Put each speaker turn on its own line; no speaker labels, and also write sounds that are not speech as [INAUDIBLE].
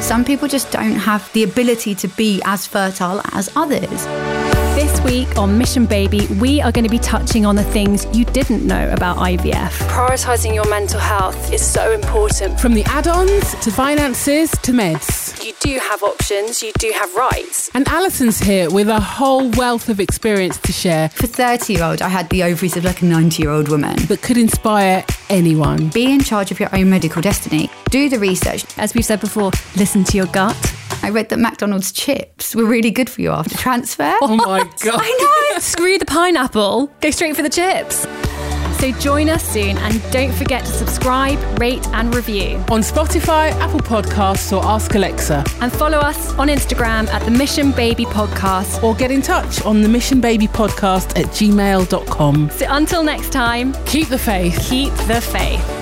Some people just don't have the ability to be as fertile as others.
This week on Mission Baby, we are going to be touching on the things you didn't know about IVF.
Prioritizing your mental health is so important.
From the add ons to finances to meds.
You do have options, you do have rights.
And Alison's here with a whole wealth of experience to share
For 30 year old, I had the ovaries of like a 90 year old woman.
that could inspire anyone.
Be in charge of your own medical destiny. Do the research.
As we've said before, listen to your gut.
I read that McDonald's chips were really good for you after transfer.
Oh my God.
[LAUGHS] I know! Screw the pineapple, go straight for the chips. So join us soon and don't forget to subscribe, rate, and review.
On Spotify, Apple Podcasts, or Ask Alexa,
And follow us on Instagram at the Mission Baby Podcast.
or get in touch on the Mission Baby Podcast at gmail.com.
So until next time,
Keep the faith.
keep the faith.